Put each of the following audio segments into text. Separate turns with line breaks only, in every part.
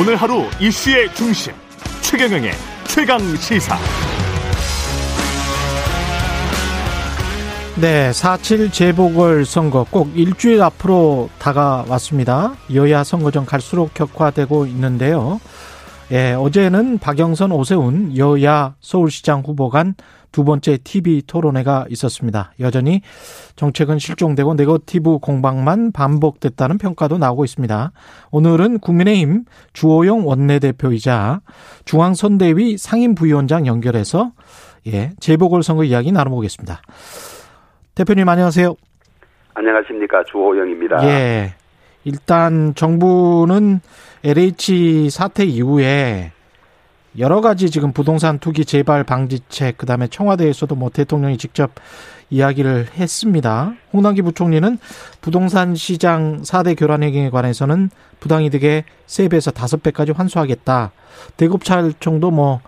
오늘 하루 이슈의 중심 최경영의 최강 시사.
네, 4.7 재보궐 선거 꼭 일주일 앞으로 다가왔습니다. 여야 선거전 갈수록 격화되고 있는데요. 예, 어제는 박영선, 오세훈 여야 서울시장 후보 간 두 번째 TV 토론회가 있었습니다. 여전히 정책은 실종되고 네거티브 공방만 반복됐다는 평가도 나오고 있습니다. 오늘은 국민의힘 주호영 원내대표이자 중앙선대위 상임부위원장 연결해서 예, 재보궐선거 이야기 나눠보겠습니다. 대표님 안녕하세요.
안녕하십니까 주호영입니다.
예. 일단 정부는 LH 사태 이후에 여러 가지 지금 부동산 투기 재발 방지책 그다음에 청와대에서도 뭐 대통령이 직접 이야기를 했습니다. 홍남기 부총리는 부동산 시장 4대 교란 행위에 관해서는 부당이득의 3배에서 5배까지 환수하겠다. 대급찰청도 뭐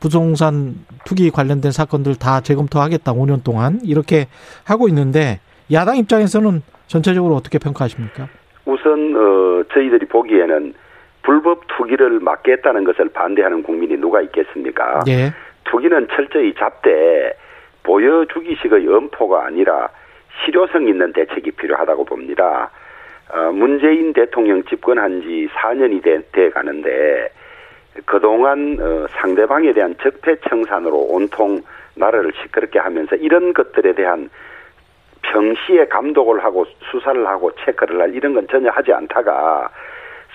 부동산 투기 관련된 사건들 다 재검토하겠다. 5년 동안 이렇게 하고 있는데 야당 입장에서는 전체적으로 어떻게 평가하십니까?
우선 어, 저희들이 보기에는 불법 투기를 막겠다는 것을 반대하는 국민이 누가 있겠습니까?
예.
투기는 철저히 잡되 보여주기식의 엄포가 아니라 실효성 있는 대책이 필요하다고 봅니다. 어, 문재인 대통령 집권한 지 4년이 돼, 돼 가는데 그동안 어, 상대방에 대한 적폐청산으로 온통 나라를 시끄럽게 하면서 이런 것들에 대한 병시에 감독을 하고 수사를 하고 체크를 할 이런 건 전혀 하지 않다가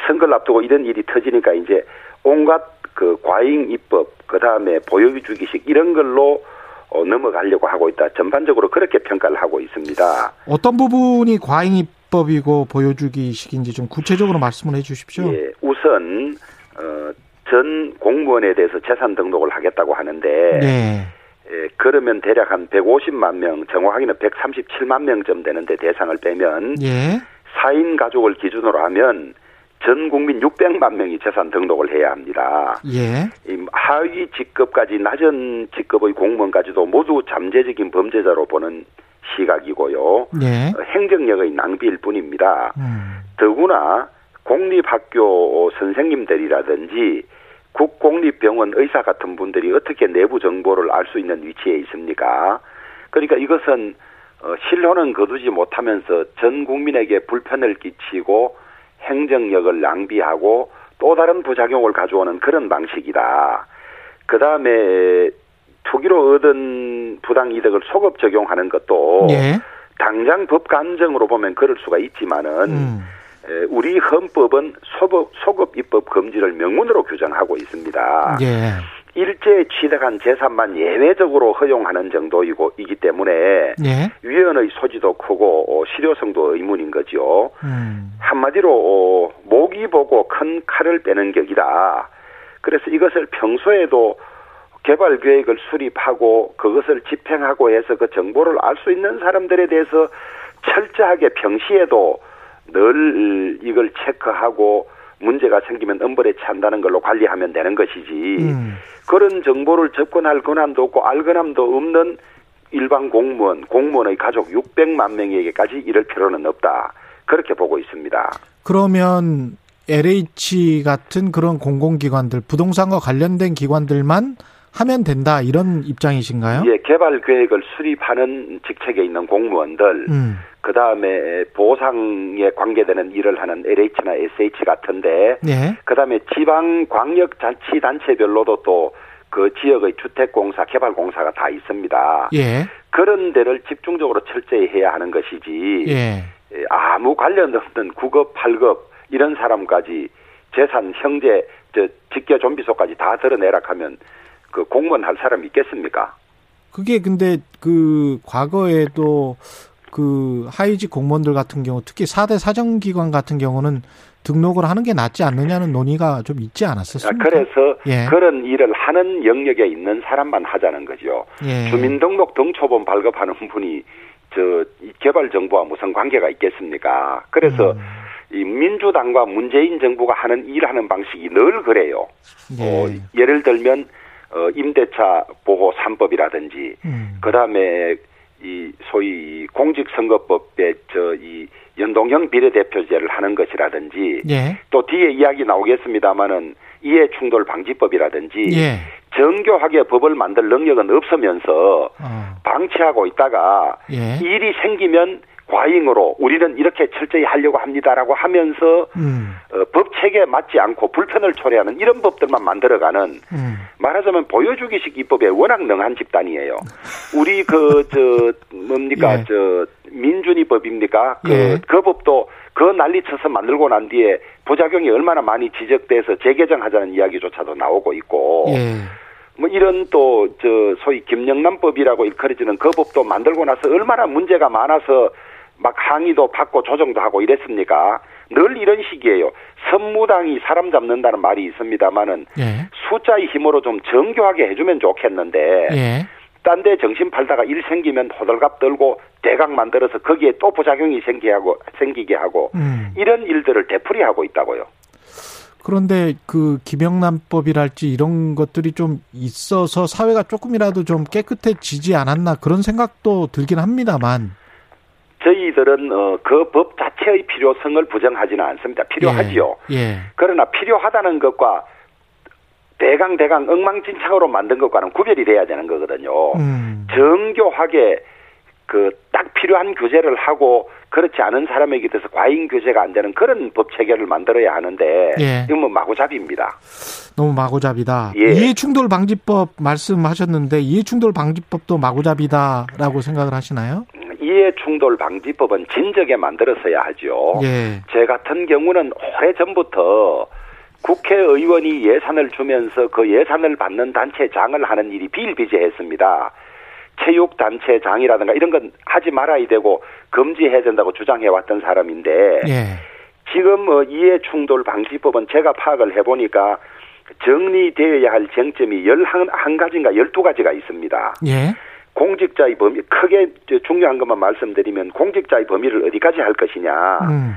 선거를 앞두고 이런 일이 터지니까 이제 온갖 그 과잉 입법 그다음에 보여주기식 이런 걸로 어, 넘어가려고 하고 있다. 전반적으로 그렇게 평가를 하고 있습니다.
어떤 부분이 과잉 입법이고 보여주기식인지 좀 구체적으로 말씀을 해 주십시오.
예, 우선 어, 전 공무원에 대해서 재산 등록을 하겠다고 하는데
네.
예, 그러면 대략 한 150만 명, 정확하게는 137만 명쯤 되는데 대상을 빼면
예.
4인 가족을 기준으로 하면 전 국민 600만 명이 재산 등록을 해야 합니다.
예.
이 하위 직급까지 낮은 직급의 공무원까지도 모두 잠재적인 범죄자로 보는 시각이고요.
예.
어, 행정력의 낭비일 뿐입니다.
음.
더구나 공립학교 선생님들이라든지 국공립병원 의사 같은 분들이 어떻게 내부 정보를 알 수 있는 위치에 있습니까? 그러니까 이것은 어, 실효는 거두지 못하면서 전 국민에게 불편을 끼치고 행정력을 낭비하고 또 다른 부작용을 가져오는 그런 방식이다. 그 다음에 투기로 얻은 부당 이득을 소급 적용하는 것도
예.
당장 법 간정으로 보면 그럴 수가 있지만은
음.
에, 우리 헌법은 소급, 소급 입법 금지를 명문으로 규정하고 있습니다.
예.
일제에 취득한 재산만 예외적으로 허용하는 정도이고 이기 때문에
예.
위헌의 소지도 크고 어, 실효성도 의문인 거죠.
음.
한마디로 어, 목이 보고 큰 칼을 빼는 격이다. 그래서 이것을 평소에도 개발 계획을 수립하고 그것을 집행하고 해서 그 정보를 알 수 있는 사람들에 대해서 철저하게 평시에도 늘 이걸 체크하고 문제가 생기면 엄벌에 찬다는 걸로 관리하면 되는 것이지
음.
그런 정보를 접근할 권한도 없고 알 권한도 없는 일반 공무원, 공무원의 가족 600만 명에게까지 이럴 필요는 없다. 그렇게 보고 있습니다.
그러면 LH 같은 그런 공공기관들, 부동산과 관련된 기관들만 하면 된다 이런 입장이신가요?
예, 개발 계획을 수립하는 직책에 있는 공무원들,
음.
그 다음에 보상에 관계되는 일을 하는 LH나 SH 같은데,
예.
그 다음에 지방 광역자치단체별로도 또 그 지역의 주택공사, 개발공사가 다 있습니다.
예.
그런 데를 집중적으로 철저히 해야 하는 것이지,
예.
에, 아무 관련 없는 9급, 8급 이런 사람까지 재산, 형제, 저 직계 좀비소까지 다 드러내라 하면 그 공무원 할 사람 있겠습니까?
그게 근데 그 과거에도 그 하위직 공무원들 같은 경우 특히 4대 사정기관 같은 경우는 등록을 하는 게 낫지 않느냐는 논의가 좀 있지
아,
않았었습니까?
그래서
예.
그런 일을 하는 영역에 있는 사람만 하자는 거죠.
예.
주민등록 등초본 발급하는 분이 저이 개발 정보와 무슨 관계가 있겠습니까? 그래서
음.
이 민주당과 문재인 정부가 하는 일하는 방식이 늘 그래요.
예.
어, 예를 들면 어, 임대차 보호 3법이라든지
음.
그다음에 이 소위 이 공직선거법의 저이 연동 통영 비례대표제를 하는 것이라든지
예.
또 뒤에 이야기 나오겠습니다마는 이해 충돌 방지법이라든지
예.
정교하게 법을 만들 능력은 없으면서
어.
방치하고 있다가
예.
일이 생기면 과잉으로 우리는 이렇게 철저히 하려고 합니다라고 하면서
음.
어, 법 체계에 맞지 않고 불편을 초래하는 이런 법들만 만들어가는
음.
말하자면 보여주기식 입법에 워낙 능한 집단이에요. 우리 그 저 뭡니까
예.
저 민준이 법입니까? 그,
예.
그 법도 그 난리쳐서 만들고 난 뒤에 부작용이 얼마나 많이 지적돼서 재개정하자는 이야기조차도 나오고 있고
예.
뭐 이런 또 저 소위 김영란법이라고 일컬어지는 그 법도 만들고 나서 얼마나 문제가 많아서 막 항의도 받고 조정도 하고 이랬습니까? 늘 이런 식이에요. 선무당이 사람 잡는다는 말이 있습니다마는
예.
숫자의 힘으로 좀 정교하게 해주면 좋겠는데
예.
딴 데 정신 팔다가 일 생기면 호들갑 떨고 대각 만들어서 거기에 또 부작용이 생기게 하고 생기게 하고
음.
이런 일들을 되풀이하고 있다고요.
그런데 그 김영란법이랄지 이런 것들이 좀 있어서 사회가 조금이라도 좀 깨끗해지지 않았나 그런 생각도 들긴 합니다만.
저희들은 그 법 자체의 필요성을 부정하지는 않습니다. 필요하지요.
예. 예.
그러나 필요하다는 것과 대강 대강 엉망진창으로 만든 것과는 구별이 돼야 되는 거거든요.
음.
정교하게 그 딱 필요한 교제를 하고 그렇지 않은 사람에게 대해서 과잉 교제가 안 되는 그런 법 체계를 만들어야 하는데
예.
이건 뭐 마구잡이입니다.
너무 마구잡이다.
예.
이해충돌 방지법 말씀하셨는데 이해충돌 방지법도 마구잡이다라고 생각을 하시나요?
음, 이해 충돌 방지법은 진작에 만들었어야 하죠.
예.
제 같은 경우는 오래 전부터 국회의원이 예산을 주면서 그 예산을 받는 단체장을 하는 일이 비일비재했습니다. 체육단체장이라든가 이런 건 하지 말아야 되고 금지해야 된다고 주장해왔던 사람인데
예.
지금 어, 이해 충돌 방지법은 제가 파악을 해보니까 정리되어야 할 쟁점이 11가지인가 12가지가 있습니다.
예.
공직자의 범위, 크게 이제 중요한 것만 말씀드리면 공직자의 범위를 어디까지 할 것이냐,
음.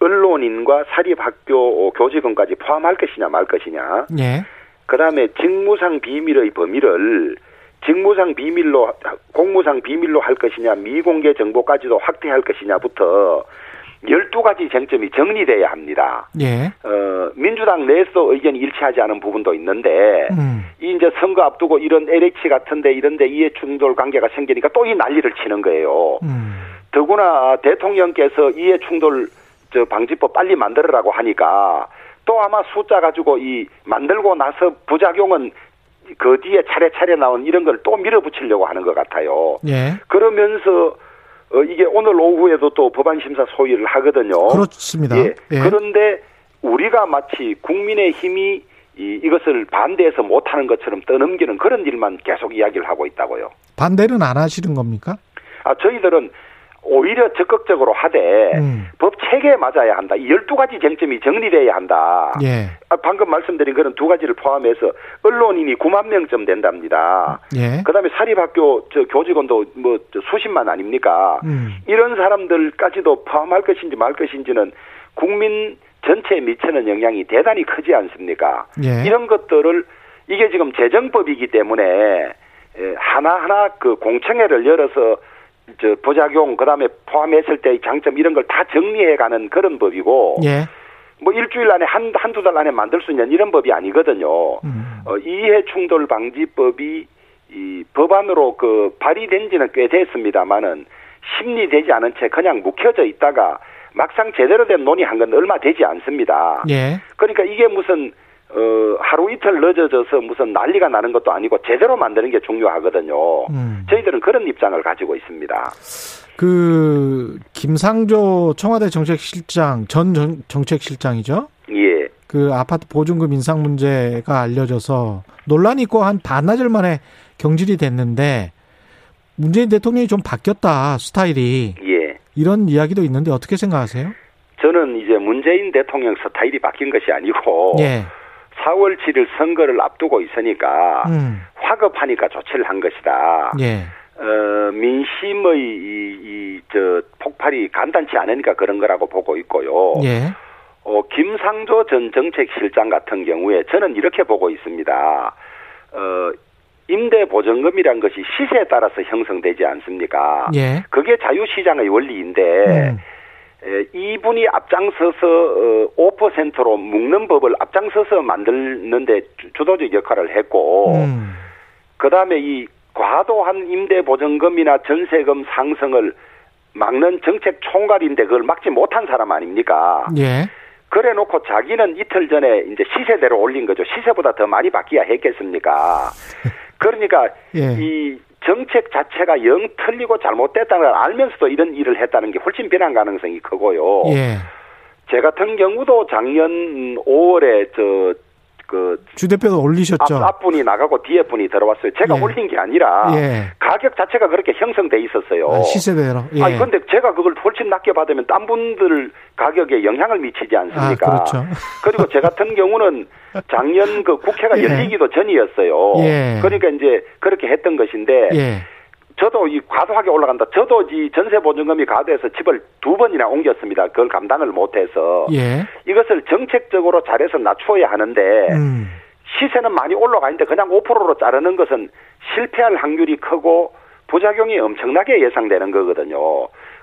언론인과 사립학교 어, 교직원까지 포함할 것이냐 말 것이냐,
예.
그 다음에 직무상 비밀의 범위를 직무상 비밀로, 공무상 비밀로 할 것이냐, 미공개 정보까지도 확대할 것이냐부터 12가지 쟁점이 정리돼야 합니다.
예.
어, 민주당 내에서 의견이 일치하지 않은 부분도 있는데,
음.
이 이제 선거 앞두고 이런 LH 같은데 이런데 이해 충돌 관계가 생기니까 또 이 난리를 치는 거예요.
음.
더구나 대통령께서 이해 충돌 저 방지법 빨리 만들으라고 하니까 또 아마 숫자 가지고 이 만들고 나서 부작용은 그 뒤에 차례차례 나온 이런 걸 또 밀어붙이려고 하는 것 같아요.
예.
그러면서 어 이게 오늘 오후에도 또 법안 심사 소위를 하거든요.
그렇습니다.
예.
예.
그런데 우리가 마치 국민의 힘이 이, 이것을 반대해서 못하는 것처럼 떠넘기는 그런 일만 계속 이야기를 하고 있다고요.
반대는 안 하시는 겁니까?
아, 저희들은 오히려 적극적으로 하되
음.
법 체계에 맞아야 한다. 이 12가지 쟁점이 정리돼야 한다.
예.
아, 방금 말씀드린 그런 두 가지를 포함해서 언론인이 9만 명쯤 된답니다.
예.
그다음에 사립학교 저 교직원도 뭐저 수십만 아닙니까?
음.
이런 사람들까지도 포함할 것인지 말 것인지는 국민 전체에 미치는 영향이 대단히 크지 않습니까?
예.
이런 것들을 이게 지금 재정법이기 때문에 에, 하나하나 그 공청회를 열어서 저 부작용 그다음에 포함했을 때의 장점 이런 걸 다 정리해 가는 그런 법이고
예.
뭐 일주일 안에 한 한두 달 안에 만들 수 있는 이런 법이 아니거든요.
음.
어, 이해 충돌 방지법이 이 법안으로 그 발의된 지는 꽤 됐습니다만은 심리되지 않은 채 그냥 묵혀져 있다가 막상 제대로 된 논의한 건 얼마 되지 않습니다.
예.
그러니까 이게 무슨 어, 하루 이틀 늦어져서 무슨 난리가 나는 것도 아니고 제대로 만드는 게 중요하거든요.
음.
저희들은 그런 입장을 가지고 있습니다.
그 김상조 청와대 정책실장 전 정- 정책실장이죠.
예.
그 아파트 보증금 인상 문제가 알려져서 논란이 있고 한 반나절 만에 경질이 됐는데 문재인 대통령이 좀 바뀌었다 스타일이
예.
이런 이야기도 있는데 어떻게 생각하세요?
저는 이제 문재인 대통령 스타일이 바뀐 것이 아니고
예,
4월 7일 선거를 앞두고 있으니까
음,
화급하니까 조치를 한 것이다.
예,
어, 민심의 이, 이, 저, 폭발이 간단치 않으니까 그런 거라고 보고 있고요.
예,
어, 김상조 전 정책실장 같은 경우에 저는 이렇게 보고 있습니다. 어, 임대보증금이란 것이 시세에 따라서 형성되지 않습니까?
예,
그게 자유시장의 원리인데,
음,
에, 이분이 앞장서서 어, 5%로 묶는 법을 앞장서서 만드는데 주- 주도적 역할을 했고
음.
그다음에 이 과도한 임대 보증금이나 전세금 상승을 막는 정책 총괄인데 그걸 막지 못한 사람 아닙니까?
예.
그래 놓고 자기는 이틀 전에 이제 시세대로 올린 거죠. 시세보다 더 많이 바뀌야 했겠습니까? 그러니까
예.
이 정책 자체가 영 틀리고 잘못됐다는 걸 알면서도 이런 일을 했다는 게 훨씬 비난 가능성이 크고요.
예.
제 같은 경우도 작년 5월에 저그
주 대표도 올리셨죠.
앞분이 나가고 뒤에 분이 들어왔어요. 제가
예.
올린 게 아니라
예.
가격 자체가 그렇게 형성돼 있었어요.
아, 시세대로. 예.
아니 근데 제가 그걸 훨씬 낮게 받으면 딴 분들 가격에 영향을 미치지
아,
않습니까?
그렇죠.
리고제 같은 경우는 작년 그 국회가
예.
열리기도 전이었어요.
예.
그러니까 이제 그렇게 했던 것인데
예.
저도 이 과도하게 올라간다. 저도 이 전세 보증금이 과도해서 집을 두 번이나 옮겼습니다. 그걸 감당을 못해서
예.
이것을 정책적으로 잘해서 낮춰야 하는데
음.
시세는 많이 올라가 있는데 그냥 5%로 자르는 것은 실패할 확률이 크고 부작용이 엄청나게 예상되는 거거든요.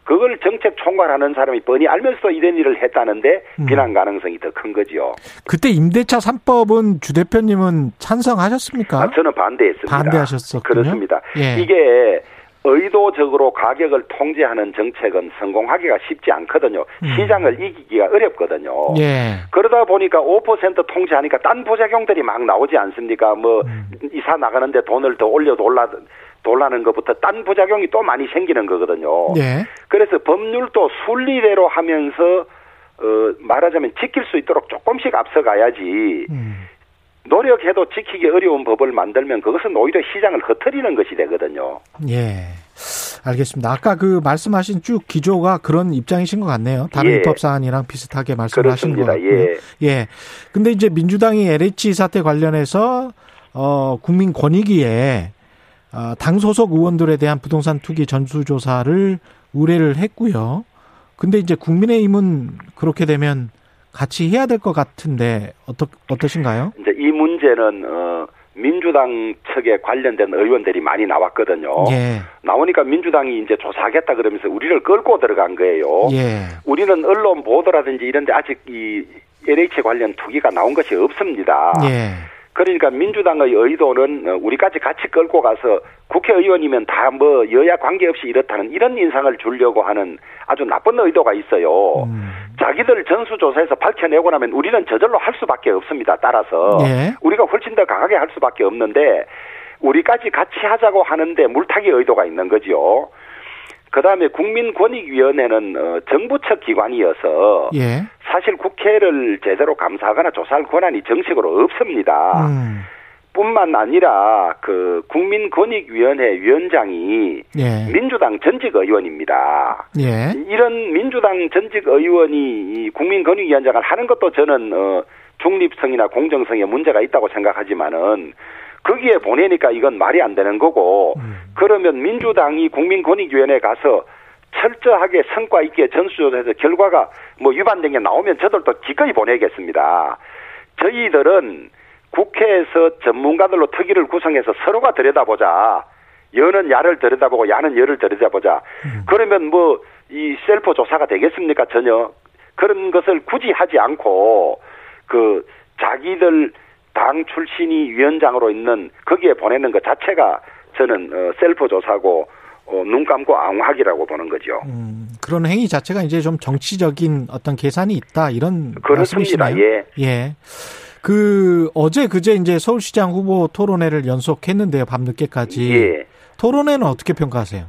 그걸 정책 총괄하는 사람이 뻔히 알면서도 이런 일을 했다는데
음.
비난 가능성이 더 큰 거지요.
그때 임대차 3법은 주 대표님은 찬성하셨습니까?
아, 저는 반대했습니다.
반대하셨었군요.
그렇습니다.
예.
이게 의도적으로 가격을 통제하는 정책은 성공하기가 쉽지 않거든요.
음.
시장을 이기기가 어렵거든요.
예.
그러다 보니까 5% 통제하니까 딴 부작용들이 막 나오지 않습니까? 뭐
음.
이사 나가는데 돈을 더 올려 돌라 돌라는 것부터 딴 부작용이 또 많이 생기는 거거든요.
예.
그래서 법률도 순리대로 하면서 어 말하자면 지킬 수 있도록 조금씩 앞서가야지
음.
노력해도 지키기 어려운 법을 만들면 그것은 오히려 시장을 흐트리는 것이 되거든요.
예. 알겠습니다. 아까 그 말씀하신 쭉 기조가 그런 입장이신 것 같네요. 다른
예.
입법 사안이랑 비슷하게 말씀하신 것
그렇습니다.
같고요.
예.
예. 근데 이제 민주당이 LH 사태 관련해서 어 국민 권익위에 어, 당 소속 의원들에 대한 부동산 투기 전수 조사를 의뢰를 했고요. 근데 이제 국민의힘은 그렇게 되면 같이 해야 될 것 같은데 어떠 어떠신가요?
이제 이 문제는 어 민주당 측에 관련된 의원들이 많이 나왔거든요.
예.
나오니까 민주당이 이제 조사하겠다 그러면서 우리를 끌고 들어간 거예요.
예.
우리는 언론 보도라든지 이런데 아직 이 LH 관련 투기가 나온 것이 없습니다.
예.
그러니까 민주당의 의도는 어, 우리까지 같이 끌고 가서 국회의원이면 다 뭐 여야 관계없이 이렇다는 이런 인상을 주려고 하는 아주 나쁜 의도가 있어요.
음.
자기들 전수조사에서 밝혀내고 나면 우리는 저절로 할 수밖에 없습니다. 따라서
예.
우리가 훨씬 더 강하게 할 수밖에 없는데 우리까지 같이 하자고 하는데 물타기 의도가 있는 거지요. 그다음에 국민권익위원회는 어, 정부 측 기관이어서
예.
사실 국회를 제대로 감사하거나 조사할 권한이 정식으로 없습니다.
음.
뿐만 아니라 그 국민권익위원회 위원장이
예.
민주당 전직 의원입니다.
예.
이런 민주당 전직 의원이 이 국민권익위원장을 하는 것도 저는 어, 중립성이나 공정성에 문제가 있다고 생각하지만은 거기에 보내니까 이건 말이 안 되는 거고
음.
그러면 민주당이 국민권익위원회 가서 철저하게 성과 있게 전수조사해서 결과가 뭐 위반된 게 나오면 저들도 기꺼이 보내겠습니다. 저희들은 국회에서 전문가들로 특위를 구성해서 서로가 들여다보자. 여는 야를 들여다보고 야는 여를 들여다보자. 그러면 뭐 이 셀프 조사가 되겠습니까? 전혀 그런 것을 굳이 하지 않고 그 자기들 당 출신이 위원장으로 있는 거기에 보내는 것 자체가 저는 어, 셀프 조사고 어, 눈 감고 앙화기라고 보는 거죠.
음, 그런 행위 자체가 이제 좀 정치적인 어떤 계산이 있다 이런
그렇습니다.
말씀이시네요.
예.
예. 그 어제 그제 이제 서울시장 후보 토론회를 연속했는데요. 밤늦게까지.
예.
토론회는 어떻게 평가하세요?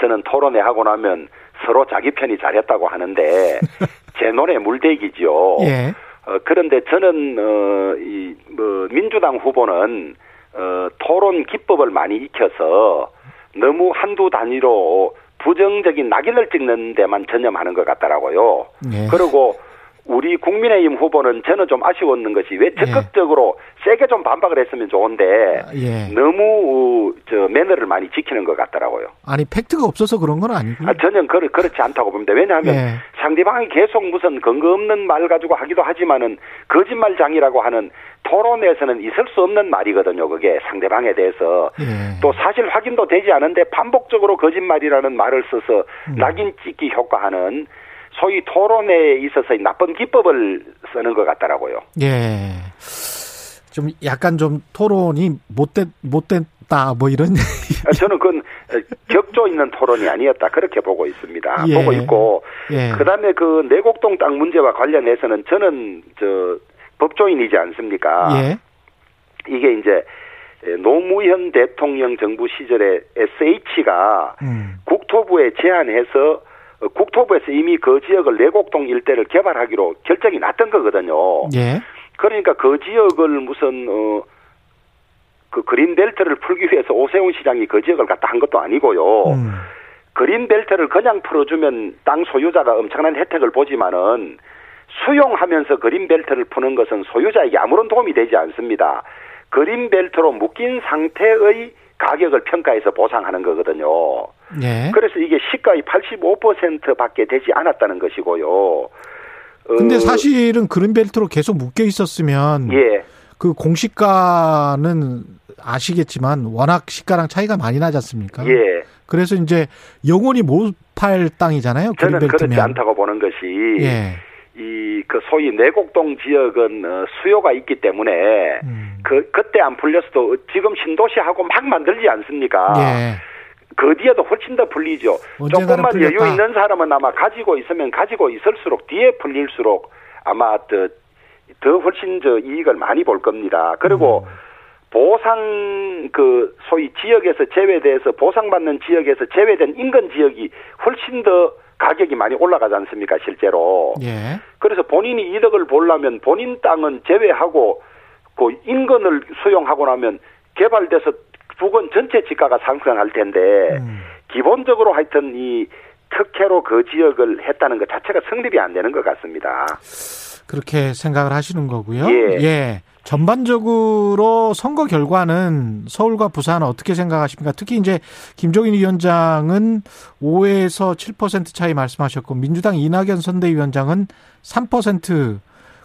저는 토론회 하고 나면 서로 자기 편이 잘했다고 하는데 제 논의 물대기죠.
예.
어, 그런데 저는 어, 이, 뭐, 민주당 후보는 어, 토론 기법을 많이 익혀서 너무 한두 단위로 부정적인 낙인을 찍는 데만 전념하는 것 같더라고요.
예.
그리고 우리 국민의힘 후보는 저는 좀 아쉬웠는 것이 왜 적극적으로 세게 좀 반박을 했으면 좋은데
예. 아, 예.
너무 어, 저 매너를 많이 지키는 것 같더라고요.
아니 팩트가 없어서 그런 건 아니고.
아, 전혀 그, 그렇지 않다고 봅니다.
음?
왜냐하면
예.
상대방이 계속 무슨 근거 없는 말 가지고 하기도 하지만은 거짓말장이라고 하는 토론에서는 있을 수 없는 말이거든요. 그게 상대방에 대해서
예.
또 사실 확인도 되지 않은데 반복적으로 거짓말이라는 말을 써서
음.
낙인 찍기 효과하는 소위 토론에 있어서 이 나쁜 기법을 쓰는 것 같더라고요.
예. 좀 약간 좀 토론이 못됐 못됐다 뭐 이런
아, 저는 그건 어, 격조 있는 토론이 아니었다 그렇게 보고 있습니다.
예.
보고 있고
예.
그다음에 그 내곡동 땅 문제와 관련해서는 저는 저 법조인이지 않습니까?
예.
이게 이제 노무현 대통령 정부 시절에 SH가
음.
국토부에 제안해서 어, 국토부에서 이미 그 지역을 내곡동 일대를 개발하기로 결정이 났던 거거든요.
예.
그러니까 그 지역을 무슨 어, 그 그린벨트를 풀기 위해서 오세훈 시장이 그 지역을 갖다 한 것도 아니고요.
음.
그린벨트를 그냥 풀어주면 땅 소유자가 엄청난 혜택을 보지만은 수용하면서 그린벨트를 푸는 것은 소유자에게 아무런 도움이 되지 않습니다. 그린벨트로 묶인 상태의 가격을 평가해서 보상하는 거거든요.
예.
그래서 이게 시가의 85%밖에 되지 않았다는 것이고요. 어,
근데 사실은 그린벨트로 계속 묶여 있었으면
그 예.
그 공시가는 아시겠지만 워낙 시가랑 차이가 많이 나지 않습니까?
예.
그래서 이제 영원히 못 팔 땅이잖아요.
저는
그린벨트면.
그렇지 않다고 보는 것이
예.
이 그 소위 내곡동 지역은 어, 수요가 있기 때문에
음.
그 그때 안 풀렸어도 지금 신도시하고 막 만들지 않습니까?
예.
그 뒤에도 훨씬 더 풀리죠.
언젠가는
조금만
풀렸다.
여유 있는 사람은 아마 가지고 있으면 가지고 있을수록 뒤에 풀릴수록 아마 더, 더 훨씬 저 이익을 많이 볼 겁니다. 그리고
음.
보상 그 소위 지역에서 제외돼서 보상받는 지역에서 제외된 인근 지역이 훨씬 더 가격이 많이 올라가지 않습니까 실제로.
예.
그래서 본인이 이득을 보려면 본인 땅은 제외하고 그 인근을 수용하고 나면 개발돼서 부근 전체 지가가 상승할 텐데
음.
기본적으로 하여튼 이 특혜로 그 지역을 했다는 것 자체가 성립이 안 되는 것 같습니다.
그렇게 생각을 하시는 거고요.
예.
전반적으로 선거 결과는 서울과 부산 어떻게 생각하십니까? 특히 이제 김종인 위원장은 5에서 7% 차이 말씀하셨고 민주당 이낙연 선대위원장은 3%.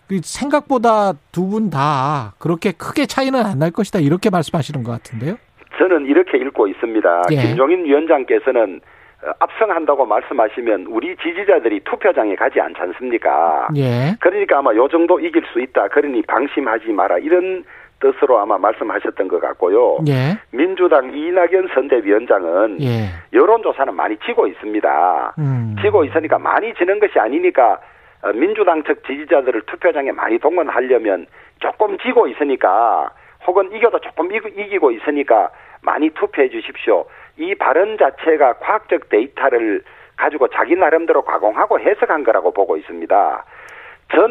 그 생각보다 두 분 다 그렇게 크게 차이는 안 날 것이다 이렇게 말씀하시는 것 같은데요.
저는 이렇게 읽고 있습니다.
예.
김종인 위원장께서는 어, 압승한다고 말씀하시면 우리 지지자들이 투표장에 가지 않지 않습니까?
예.
그러니까 아마 요 정도 이길 수 있다. 그러니 방심하지 마라. 이런 뜻으로 아마 말씀하셨던 것 같고요.
예.
민주당 이낙연 선대위원장은
예.
여론조사는 많이 지고 있습니다.
음.
지고 있으니까 많이 지는 것이 아니니까 어, 민주당 측 지지자들을 투표장에 많이 동원하려면 조금 지고 있으니까 혹은 이겨도 조금 이기- 이기고 있으니까 많이 투표해 주십시오. 이 발언 자체가 과학적 데이터를 가지고 자기 나름대로 가공하고 해석한 거라고 보고 있습니다.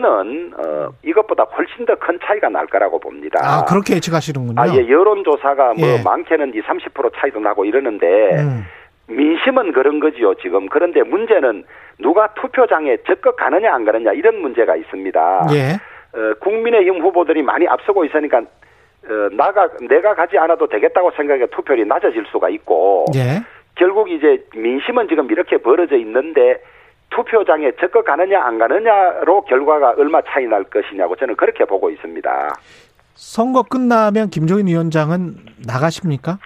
저는 어, 이것보다 훨씬 더 큰 차이가 날 거라고 봅니다.
아 그렇게 예측하시는군요.
아, 예, 여론조사가 뭐
예.
많게는 2, 30% 차이도 나고 이러는데
음.
민심은 그런 거지요, 지금. 그런데 문제는 누가 투표장에 적극 가느냐 안 가느냐 이런 문제가 있습니다.
예.
어, 국민의힘 후보들이 많이 앞서고 있으니까 어, 나가 내가 가지 않아도 되겠다고 생각해 투표율이 낮아질 수가 있고
예.
결국 이제 민심은 지금 이렇게 벌어져 있는데 투표장에 적극 가느냐 안 가느냐로 결과가 얼마 차이 날 것이냐고 저는 그렇게 보고 있습니다.
선거 끝나면 김종인 위원장은 나가십니까?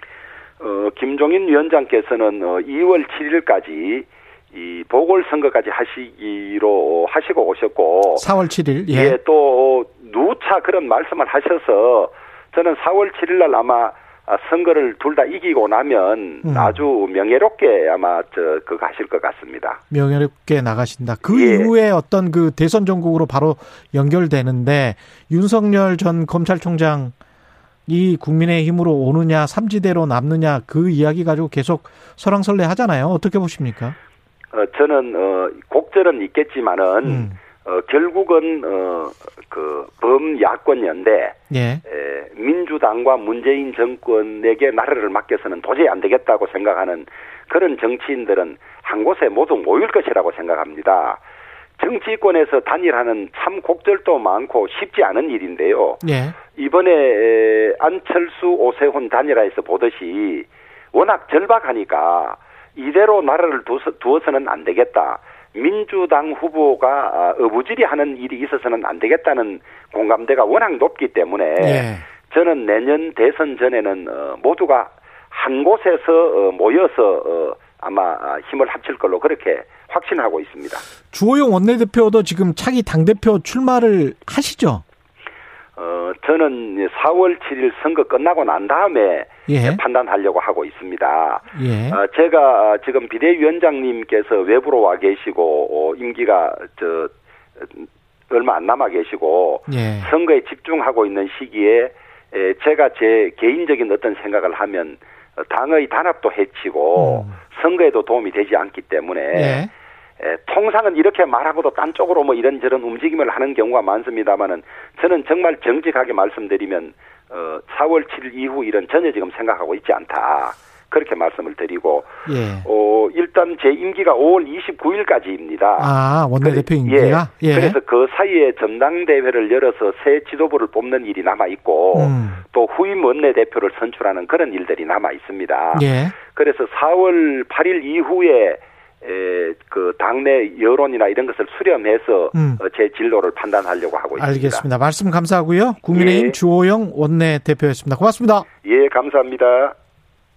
어, 김종인 위원장께서는 어, 2월 7일까지 이 보궐선거까지 하시기로 하시고 오셨고
4월 7일. 예.
예, 또 누차 그런 말씀을 하셔서 저는 4월 7일 날 아마 아, 선거를 둘 다 이기고 나면
음.
아주 명예롭게 아마 저 그거 하실 것 같습니다.
명예롭게 나가신다. 그
예.
이후에 어떤 그 대선 전국으로 바로 연결되는데 윤석열 전 검찰총장 이 국민의힘으로 오느냐 삼지대로 남느냐 그 이야기 가지고 계속 설왕설래 하잖아요. 어떻게 보십니까?
어, 저는 어, 곡절은 있겠지만은
음.
어, 결국은 어, 그 범야권 연대
예.
에, 민주당과 문재인 정권에게 나라를 맡겨서는 도저히 안 되겠다고 생각하는 그런 정치인들은 한 곳에 모두 모일 것이라고 생각합니다. 정치권에서 단일하는 참 곡절도 많고 쉽지 않은 일인데요.
예.
이번에 에, 안철수 오세훈 단일화에서 보듯이 워낙 절박하니까 이대로 나라를 두어서는 안 되겠다. 민주당 후보가 어, 어부질이 하는 일이 있어서는 안 되겠다는 공감대가 워낙 높기 때문에
예.
저는 내년 대선 전에는 어, 모두가 한 곳에서 어, 모여서 어, 아마 아, 힘을 합칠 걸로 그렇게 확신하고 있습니다.
주호영 원내대표도 지금 차기 당대표 출마를 하시죠?
어, 저는 이제 4월 7일 선거 끝나고 난 다음에
예.
판단하려고 하고 있습니다.
예.
어, 제가 지금 비대위원장님께서 외부로 와 계시고 어, 임기가 저 어, 얼마 안 남아 계시고
예.
선거에 집중하고 있는 시기에 에, 제가 제 개인적인 어떤 생각을 하면 어, 당의 단합도 해치고
음.
선거에도 도움이 되지 않기 때문에
예.
에, 통상은 이렇게 말하고도 딴 쪽으로 뭐 이런저런 움직임을 하는 경우가 많습니다만은 저는 정말 정직하게 말씀드리면 어, 4월 7일 이후 일은 전혀 지금 생각하고 있지 않다. 그렇게 말씀을 드리고
예.
어, 일단 제 임기가 5월 29일까지입니다.
아, 원내대표 임기가? 예.
그래서 그 사이에 전당대회를 열어서 새 지도부를 뽑는 일이 남아 있고
음.
또 후임 원내대표를 선출하는 그런 일들이 남아 있습니다.
예.
그래서 4월 8일 이후에 에, 그 당내 여론이나 이런 것을 수렴해서
음.
어, 제 진로를 판단하려고 하고 있습니다.
알겠습니다. 말씀 감사하고요. 국민의힘
예.
주호영 원내대표였습니다. 고맙습니다.
예, 감사합니다.